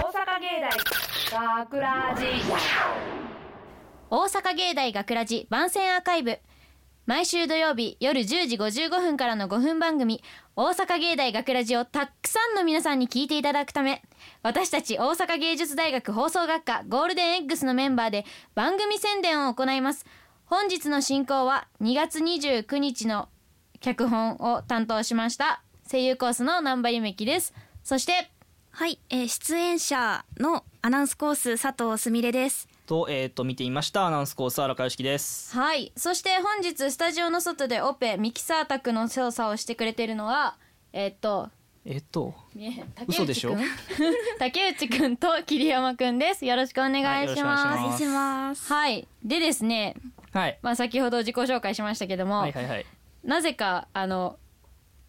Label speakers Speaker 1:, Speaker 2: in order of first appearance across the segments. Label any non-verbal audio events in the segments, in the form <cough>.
Speaker 1: 大学ラジ
Speaker 2: 大阪芸大学ラジ番宣アーカイブ毎週土曜日夜10時55分からの5分番組「大阪芸大学ラジをたくさんの皆さんに聞いていただくため私たち大阪芸術大学放送学科ゴールデン X のメンバーで番組宣伝を行います本日の進行は2月29日の脚本を担当しました声優コースの南波ゆめきですそして
Speaker 3: はい、えー、出演者のアナウンスコース佐藤すみれです。
Speaker 4: と,、えー、と見ていましたアナウンスコース荒川良樹です
Speaker 2: はいそして本日スタジオの外でオペミキサー宅の操作をしてくれているのはえっと
Speaker 4: えっ、と
Speaker 2: 見えへん竹
Speaker 4: 嘘で
Speaker 2: 内
Speaker 4: し
Speaker 2: く
Speaker 4: ょ
Speaker 2: ん <laughs> 竹内くんと桐山くんですよろしくお願いし
Speaker 4: はいよろしくお願いし
Speaker 2: ま
Speaker 4: ますす
Speaker 3: ます。
Speaker 2: はいでですね
Speaker 4: はい
Speaker 2: まあ先ほど自己紹介しましたけども、
Speaker 4: はいはいはい
Speaker 2: なぜかあの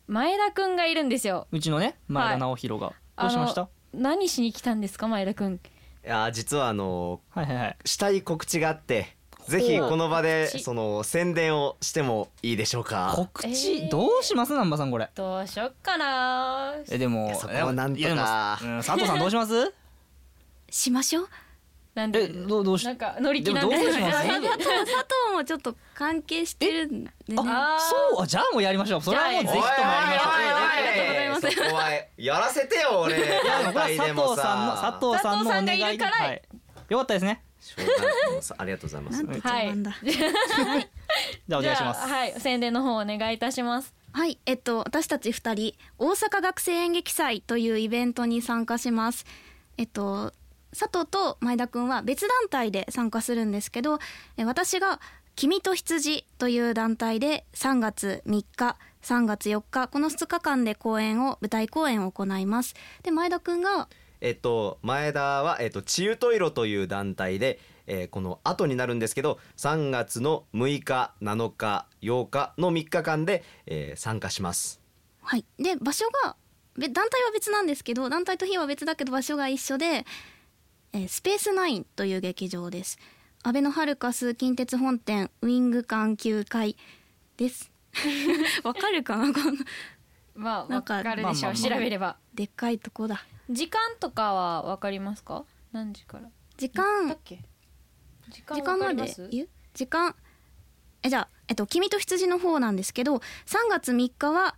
Speaker 2: 前田くんがいるんですよ
Speaker 4: うちのね前田直弘が、どうしました
Speaker 2: あの何しに来たんですか前田くん
Speaker 5: いやー実はあの
Speaker 4: はいはいはい
Speaker 5: ーしたい告知があってぜひこの場で
Speaker 2: 告知
Speaker 5: その宣伝をしてもいいでしょうか
Speaker 4: 告知、
Speaker 2: えー
Speaker 4: どうします南波さんこれ
Speaker 2: どうしよっかな
Speaker 4: えでも
Speaker 5: いやそこはなんとか
Speaker 4: いやでもうん、佐藤さんどうします
Speaker 2: <laughs>
Speaker 3: しましょう。
Speaker 2: なんで
Speaker 4: えどうどうし
Speaker 2: なんか乗り気なん
Speaker 4: で
Speaker 2: で
Speaker 4: もどう
Speaker 2: す
Speaker 4: し
Speaker 2: け
Speaker 4: ます
Speaker 2: ど
Speaker 3: 佐藤もちょっと関係してるんでね。
Speaker 2: あ
Speaker 4: あそうあじゃあもうやりましょうそれはもうぜ
Speaker 2: じ
Speaker 4: ひ
Speaker 2: ゃ
Speaker 4: ともやりましょう
Speaker 2: りがとうございます
Speaker 5: そこはやらせてよ俺
Speaker 4: いやでもこれは佐藤さんの佐藤さ
Speaker 2: 佐
Speaker 4: んのお願いで
Speaker 2: 藤さんがいるから
Speaker 4: はい、よかったですね
Speaker 5: しょうがないありがとうございま
Speaker 3: な
Speaker 5: す
Speaker 3: ん
Speaker 2: は
Speaker 3: て
Speaker 2: い
Speaker 3: 冗談だ。
Speaker 4: じゃあお願いします
Speaker 2: じゃあはい、宣伝の方お願いいたします。
Speaker 3: はい、えっと私たち二人大阪学生演劇祭というイベントに参加します。えっと佐藤と前田くんは別団体で参加するんですけど、え私が君と羊という団体で3月3日、3月4日この2日間で公演を舞台公演を行います。で前田くんが
Speaker 5: えっと前田はえっとチユトイロという団体でえーこの後になるんですけど3月の6日7日8日の3日間でえー参加します
Speaker 3: はい、で場所がべ団体は別なんですけど団体と日は別だけど場所が一緒で、えースペースナインという劇場です安倍のハルカス近鉄本店ウイング館9階ですわかるかなこの
Speaker 2: まあ、
Speaker 3: な
Speaker 2: わ
Speaker 3: んか
Speaker 2: かるでしょう。
Speaker 4: まあまあま
Speaker 2: 調
Speaker 4: あ
Speaker 2: べれば。
Speaker 3: でっかいとこだ
Speaker 2: 時間とかはわかりますか。何時から。
Speaker 3: 時
Speaker 2: だ
Speaker 3: 間
Speaker 2: っけ。時間
Speaker 3: 時
Speaker 2: わ
Speaker 3: 間
Speaker 2: か
Speaker 3: ま
Speaker 2: りま。
Speaker 3: です言う時間えじゃあ、えっと、君と羊の方なんですけど3月3日は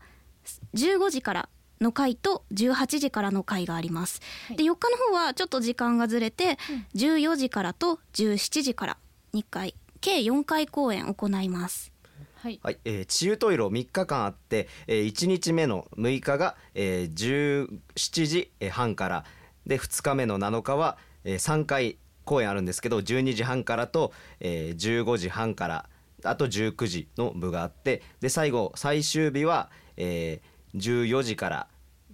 Speaker 3: 15時からの回と18時からの回があります、
Speaker 2: はい
Speaker 3: で4日の方はちょっと時間がずれて、14時からと17時から2回計4回公演行います
Speaker 2: はい。
Speaker 5: はい、えー、治癒トイロ3日間あって、えー、1日目の6日が、えー、17時半からで2日目の7日は、えー、3回公演あるんですけど12時半からと、えー、15時半からあと19時の部があってで最後最終日は、えー、14時から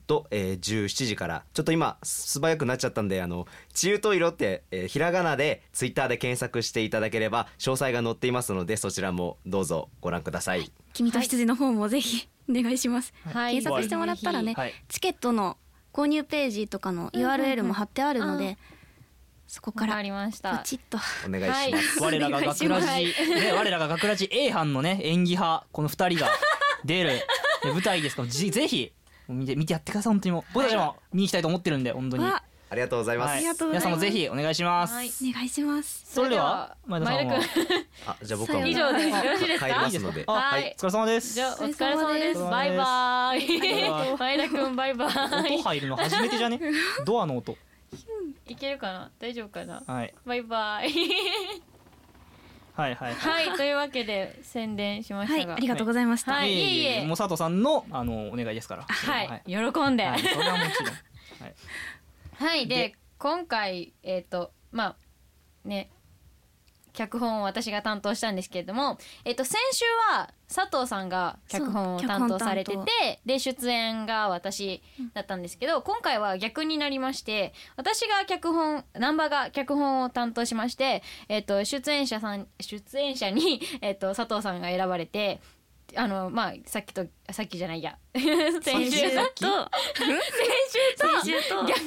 Speaker 5: と、えー、17時からちょっと今素早くなっちゃったんであの「治癒トイロ」って、えーひらがなでツイッターで検索していただければ詳細が載っていますのでそちらもどうぞご覧ください。
Speaker 3: 君と羊の方もぜひお願いします、
Speaker 2: はい
Speaker 3: 検索してもらったらね、
Speaker 4: はい
Speaker 3: チケットの購入ページとかの
Speaker 2: うんうんうん
Speaker 3: URL も貼ってあるので、
Speaker 2: あー
Speaker 3: そこか
Speaker 2: わからりまし
Speaker 3: ポ
Speaker 2: た。
Speaker 3: チッと
Speaker 5: お願いします、
Speaker 2: はい
Speaker 4: 我らが学ラジ、
Speaker 2: はい
Speaker 4: ね、我らが学ラジ A 班のね演技派この二人が出るね舞台ですからぜぜひ見て見てやってください本当にもう僕たちも見に行きたいと思ってるんで本当に、
Speaker 3: わ
Speaker 5: ありがとうございます。
Speaker 4: は
Speaker 3: ありがとうござ
Speaker 4: 皆
Speaker 3: います
Speaker 4: さんもぜひお願いします、
Speaker 2: はい
Speaker 3: お願いします
Speaker 4: それでは
Speaker 2: それでは前
Speaker 4: 前田さんは
Speaker 2: 田くん。
Speaker 5: あじゃあ僕はもう
Speaker 2: 以上です。よろしいです
Speaker 5: 帰り
Speaker 2: か
Speaker 5: ま。すので。
Speaker 4: あ
Speaker 2: は
Speaker 4: はいい、お疲れ様です
Speaker 2: じゃあ、お疲れ様です。
Speaker 4: お疲れ様です
Speaker 2: バイバーイ。
Speaker 4: バ
Speaker 2: 前田くん、バイバ
Speaker 4: 音
Speaker 2: ー
Speaker 4: 入るの初めてじゃねドアの音
Speaker 2: イ。いけるかな。大丈夫かな。
Speaker 4: はい
Speaker 2: バイバイ。
Speaker 4: はいはいはい
Speaker 2: はい、というわけで、宣伝しま
Speaker 3: は
Speaker 2: した
Speaker 3: い
Speaker 2: が。
Speaker 3: ありがとうございました、
Speaker 2: はい
Speaker 4: ええ
Speaker 2: いえいえ
Speaker 4: もう佐藤さんのあのお願いですから
Speaker 2: はい、喜んで。
Speaker 4: はい、それはもちろんはい
Speaker 2: はいで
Speaker 4: で
Speaker 2: 今回えっ、とまあね脚本を私が担当したんですけれども、えっと先週は佐藤さんが脚本を
Speaker 3: そう
Speaker 2: 担当されて
Speaker 3: 脚本担
Speaker 2: てで出演が私だったんですけど、今回は逆になりまして私が脚本難波が脚本を担当しまして、えっと出演者さん出演者に、 <laughs> えっと佐藤さんが選ばれてあのまあさっきとさっきじゃないや先週と
Speaker 3: と
Speaker 2: 先
Speaker 3: 先
Speaker 2: 週
Speaker 3: 週 <laughs>
Speaker 2: と
Speaker 3: と
Speaker 2: 逆に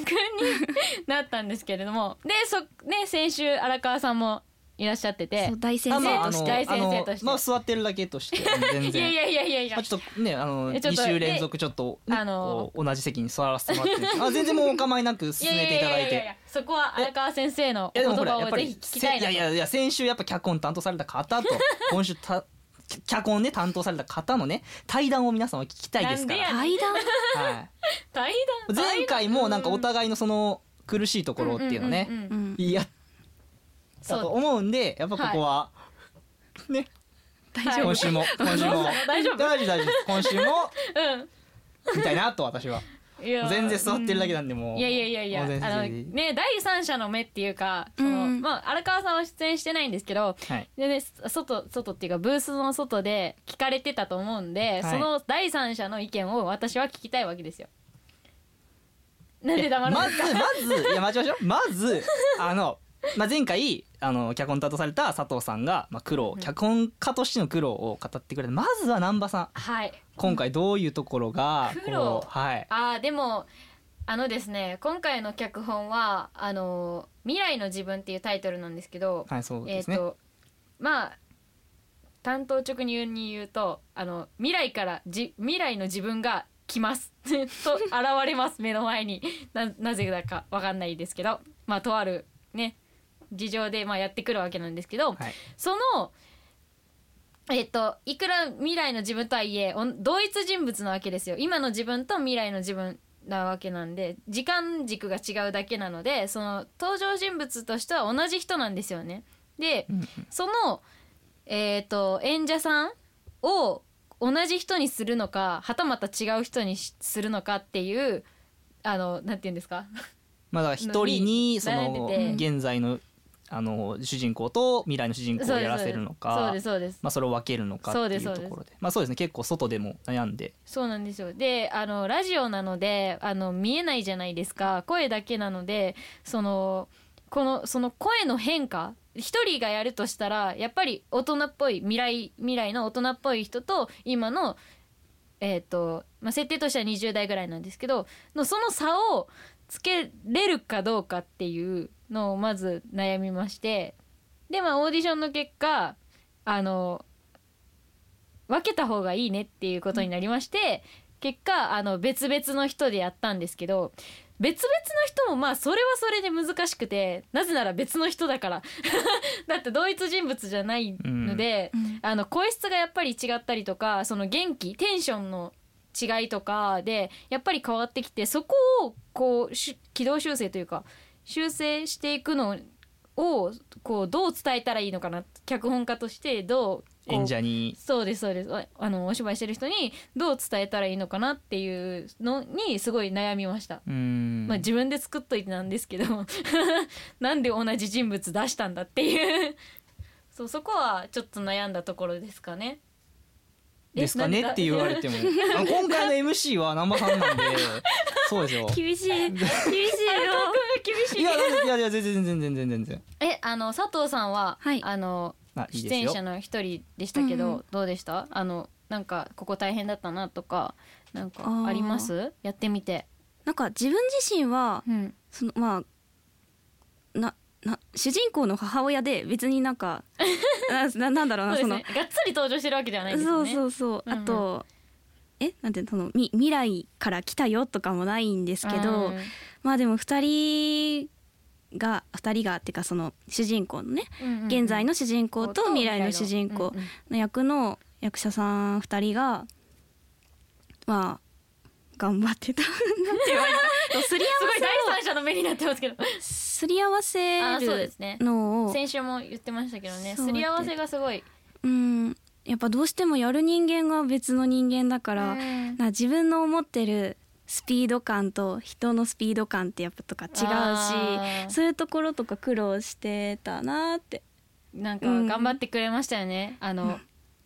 Speaker 2: なったんですけれどもでそ、ね、先週荒川さんもいらっしゃってて
Speaker 3: そう大先
Speaker 4: あ
Speaker 3: 生
Speaker 4: まああ
Speaker 3: とし
Speaker 4: の
Speaker 3: て
Speaker 2: 大先生として
Speaker 4: あのまあ座ってるだけとして全
Speaker 2: いや
Speaker 4: 然
Speaker 2: いやいやいやいや
Speaker 4: まあちょっとねあの
Speaker 2: えちょっ
Speaker 4: 二
Speaker 2: と
Speaker 4: 週連続ちょっとね
Speaker 2: あの
Speaker 4: こう同じ席に座らせてもらってるんですけどあ全然もうお構いなく
Speaker 2: い
Speaker 4: 進
Speaker 2: や
Speaker 4: め
Speaker 2: い
Speaker 4: ていた
Speaker 2: や
Speaker 4: だ
Speaker 2: いや
Speaker 4: い
Speaker 2: いやい
Speaker 4: て
Speaker 2: やそこは荒川先生の
Speaker 4: いや
Speaker 2: お言
Speaker 4: でもほら
Speaker 2: 葉
Speaker 4: やっ
Speaker 2: を
Speaker 4: ぱ
Speaker 2: ぜ
Speaker 4: り
Speaker 2: ひ聞き
Speaker 4: せ
Speaker 2: たい
Speaker 4: い
Speaker 2: な
Speaker 4: や
Speaker 2: と
Speaker 4: いやいや先週やっぱ脚本担当された方と
Speaker 2: <laughs>
Speaker 4: 今週た脚本ね担当された方のね対談を皆さんは聞きたいですか
Speaker 2: な
Speaker 4: ら
Speaker 2: ん
Speaker 3: 対談
Speaker 4: はい
Speaker 2: 対談
Speaker 4: 前回もなんかお互いのその苦しいところっていうの
Speaker 2: ん
Speaker 4: ね
Speaker 2: んん
Speaker 3: う
Speaker 2: うん
Speaker 3: ん
Speaker 4: いや
Speaker 2: そう
Speaker 4: だと思うんでやっぱここはね
Speaker 3: 大
Speaker 2: はい
Speaker 3: 丈夫
Speaker 4: 今週も
Speaker 2: <laughs>
Speaker 4: 今週も
Speaker 2: 大丈夫
Speaker 4: 大丈夫大丈夫今週も
Speaker 2: う
Speaker 4: みたいなと私は
Speaker 2: んいや
Speaker 4: 全然座ってるだけなんでもう
Speaker 2: いやいやいやいや
Speaker 4: もう全然
Speaker 2: あのね第三者の目っていうかその、
Speaker 3: うん
Speaker 2: まあ、荒川さんは出演してないんですけど
Speaker 4: はい
Speaker 2: で、ね、外外っていうかブースの外で聞かれてたと思うんで、
Speaker 4: い
Speaker 2: その第三者の意見を私は聞きたいわけですよ。なんで黙るの
Speaker 4: まずまずいや待ちましょうまずあの
Speaker 2: <laughs>
Speaker 4: まあ前回あの脚本担当された佐藤さんがまあ苦労脚本家としての苦労を語ってくれてまずは難波さん
Speaker 2: はい
Speaker 4: 今回どういうところが
Speaker 2: 苦労
Speaker 4: こうはい
Speaker 2: あーでもあのですね今回の脚本は「あの未来の自分」っていうタイトルなんですけど、
Speaker 4: はいそう
Speaker 2: え
Speaker 4: で
Speaker 2: っ、
Speaker 4: すね
Speaker 2: とまあ担当直入に言うとあの未来からじ未来の自分が来ます <laughs> と現れます目の前にななぜだかわかんないですけどまあとあるね事情でまあやってくるわけなんですけど、
Speaker 4: はい
Speaker 2: そのえっといくら未来の自分とはいえおん同一人物なわけですよ今の自分と未来の自分なわけなんで時間軸が違うだけなのでその登場人物としては同じ人なんですよね。で、
Speaker 4: うん
Speaker 2: その、えー、と演者さんを同じ人にするのかはたまた違う人にしするのかっていうあのなんて言うんです
Speaker 4: <laughs>
Speaker 2: か
Speaker 4: まあだから一人にそ
Speaker 2: 悩ん
Speaker 4: の
Speaker 2: で
Speaker 4: 現在のあの主人公と未来の主人公をやらせるの
Speaker 2: そう
Speaker 4: か
Speaker 2: ですそうですそうです
Speaker 4: まあそれを分けるのかっていうと
Speaker 2: そうです
Speaker 4: こ
Speaker 2: そ
Speaker 4: ろでまあそうですね結構外でも悩んで
Speaker 2: そうなんですよであのラジオなのであの見えないじゃないですか声だけなのでそのこのその声の変化一人がやるとしたらやっぱり大人っぽい未来未来の大人っぽい人と今のえっ、と、まあ、設定としては20代ぐらいなんですけどのその差をつけれるかどうかっていうのをまず悩みましてでまあオーディションの結果あの分けた方がいいねっていうことになりまして、結果あの別々の人でやったんですけど別々の人もまあそれはそれで難しくてなぜなら別の人だから <laughs> だって同一人物じゃないので、
Speaker 3: うん
Speaker 2: あの声質がやっぱり違ったりとかその元気テンションの違いとかでやっぱり変わってきてそこをこうし軌道修正というか修正していくのをこうどう伝えたらいいのかな脚本家としてどうこう
Speaker 4: 演者に
Speaker 2: そうですそうですああのお芝居してる人にどう伝えたらいいのかなっていうのにすごい悩みました、
Speaker 4: うーん
Speaker 2: まあ自分で作っといてなんですけど <laughs> なんで同じ人物出したんだっていう <laughs> そうそこはちょっと悩んだところですかねえ
Speaker 4: ですかね
Speaker 2: なんだ
Speaker 4: って言われてもあの今回の MC は南波さんなんでそうですよ
Speaker 3: 厳 <laughs> しい厳しいよ
Speaker 2: <laughs> 厳し
Speaker 4: いやいやいや全然全然全然全然
Speaker 2: えあの佐藤さんは、
Speaker 3: はい
Speaker 2: あの
Speaker 4: あいい
Speaker 2: 出
Speaker 4: です
Speaker 2: 演
Speaker 4: よ
Speaker 2: 者の一人でしたけど、
Speaker 3: うんうん
Speaker 2: どうでしたあのなんかここ大変だったなとかなんかありますやってみて、
Speaker 3: なんか自分自身は
Speaker 2: うん、
Speaker 3: そのまあなな主人公の母親で別になん <laughs> かなななんだろう
Speaker 2: そう
Speaker 3: な
Speaker 2: で
Speaker 3: そ
Speaker 2: す
Speaker 3: の
Speaker 2: ねがっつり登場してるわけではないです
Speaker 3: そ
Speaker 2: よ
Speaker 3: う
Speaker 2: ね
Speaker 3: そうそう、
Speaker 2: うんうん
Speaker 3: あとえなんていうのそのみ未来から来たよとかもないんですけど、
Speaker 2: うん
Speaker 3: まあでも2人が2人がっていうかその主人公のね、
Speaker 2: うんうん
Speaker 3: 現在の主人公と未来の主人
Speaker 2: う
Speaker 3: 公
Speaker 2: んうん
Speaker 3: の役の役者さん2人がまあ頑張ってたなんて言われたすり
Speaker 2: すごい
Speaker 3: 合わ
Speaker 2: 第三者の目になってますけど
Speaker 3: せすり合わ
Speaker 2: あーそう
Speaker 3: せ
Speaker 2: で
Speaker 3: る
Speaker 2: すね
Speaker 3: のを
Speaker 2: 先週も言ってましたけどね
Speaker 3: そう
Speaker 2: すり合わせがすごい
Speaker 3: うんやっぱどうしてもやる人間が別の人間だから、
Speaker 2: うん
Speaker 3: な自分の思ってるスピード感と人のスピード感ってやっぱとか違
Speaker 2: あ
Speaker 3: う
Speaker 2: ー
Speaker 3: しそういうところとか苦労してたなって
Speaker 2: なんか頑張ってくれましたよね、あの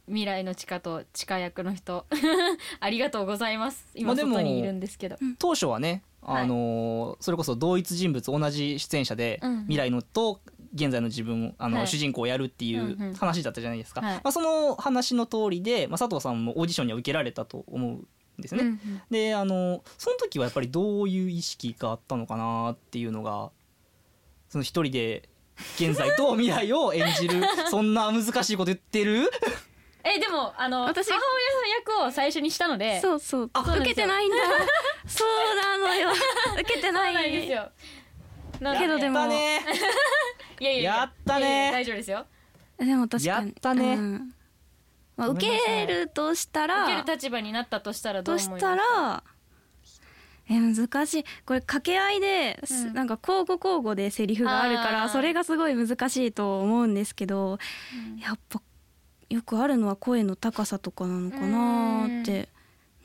Speaker 2: 未来の地下と地下役の人 <laughs> ありがとうございます今
Speaker 4: まあでも
Speaker 2: 外にいるんですけど、
Speaker 4: 当初はね
Speaker 2: はい
Speaker 4: あのーそれこそ同一人物同じ出演者で、
Speaker 2: うんうん
Speaker 4: 未来のと現在の自分をあの、
Speaker 2: はい
Speaker 4: 主人公をやるってい
Speaker 2: んう
Speaker 4: うんう話だったじゃないですか、
Speaker 2: はい
Speaker 4: まあ、その話の通りで、まあ、佐藤さんもオーディションには受けられたと思うんですね、
Speaker 2: うんうん
Speaker 4: であのその時はやっぱりどういう意識があったのかなっていうのがその一人で現在と未来を演
Speaker 3: <laughs>
Speaker 4: じるそんな難しいこと言ってる
Speaker 2: えでもあの
Speaker 3: 私
Speaker 2: 母親の役を最初にしたので
Speaker 3: そうそう
Speaker 2: あ
Speaker 3: 受けてないん
Speaker 2: <laughs>
Speaker 3: だそうなのよ <laughs> 受けて
Speaker 2: そ
Speaker 3: な
Speaker 2: うなん
Speaker 3: い
Speaker 2: ですよなの
Speaker 3: けどでも
Speaker 4: やったね
Speaker 2: いやいやい
Speaker 4: やったね
Speaker 2: いやいや大丈夫ですよ
Speaker 3: でも確かに
Speaker 4: やったね
Speaker 3: うんまあ、
Speaker 4: ごめ
Speaker 3: 受
Speaker 4: んなさい
Speaker 3: けるとしたら
Speaker 2: 受ける立場になったとしたらどう思い
Speaker 3: とし
Speaker 2: ます
Speaker 3: たらえ難しいこれ掛け合いで、す
Speaker 2: うん
Speaker 3: なんか交互交互でセリフがあるか
Speaker 2: あ
Speaker 3: ら
Speaker 2: ー
Speaker 3: それがすごい難しいと思うんですけど、
Speaker 2: うん
Speaker 3: やっぱよくあるのは声の高さとかなのかなーって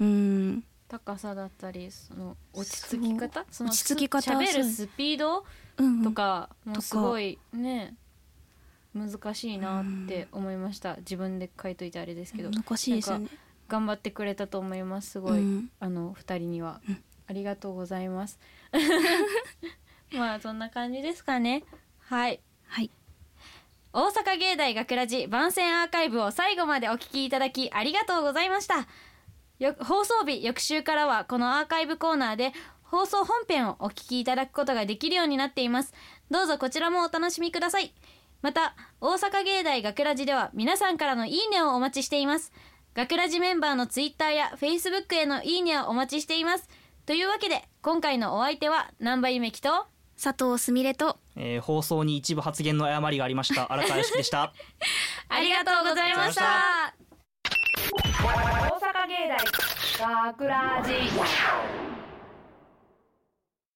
Speaker 3: うん
Speaker 2: 高さだったりその落ち着き方その
Speaker 3: 落ち着き方
Speaker 2: しゃべ
Speaker 3: そう
Speaker 2: るスピード
Speaker 3: うん
Speaker 2: とかも
Speaker 3: とか
Speaker 2: すごいね難しいなって思いました自分で書いといてあれですけど
Speaker 3: 難しいですよ
Speaker 2: な
Speaker 3: ね
Speaker 2: んか頑張ってくれたと思いますすごい、
Speaker 3: うん
Speaker 2: あの二人には、
Speaker 3: うん
Speaker 2: ありがとうございます
Speaker 3: <laughs>
Speaker 2: まあそんな感じですかねはい
Speaker 3: はい
Speaker 2: 大阪芸大学ラジ番宣アーカイブを最後までお聞きいただきありがとうございましたよ放送日翌週からはこのアーカイブコーナーで放送本編をお聞きいただくことができるようになっていますどうぞこちらもお楽しみくださいまた大阪芸大学ラジでは皆さんからのいいねをお待ちしています学ラジメンバーのツイッターやフェイスブックへのいいねをお待ちしていますというわけで今回のお相手は南波ゆめきと
Speaker 3: 佐藤すみれと
Speaker 4: えー放送に一部発言の誤りがありました荒川良樹でした
Speaker 2: ありがとうございまし
Speaker 4: ありがとうございま
Speaker 2: た
Speaker 1: 大阪芸大学ラジ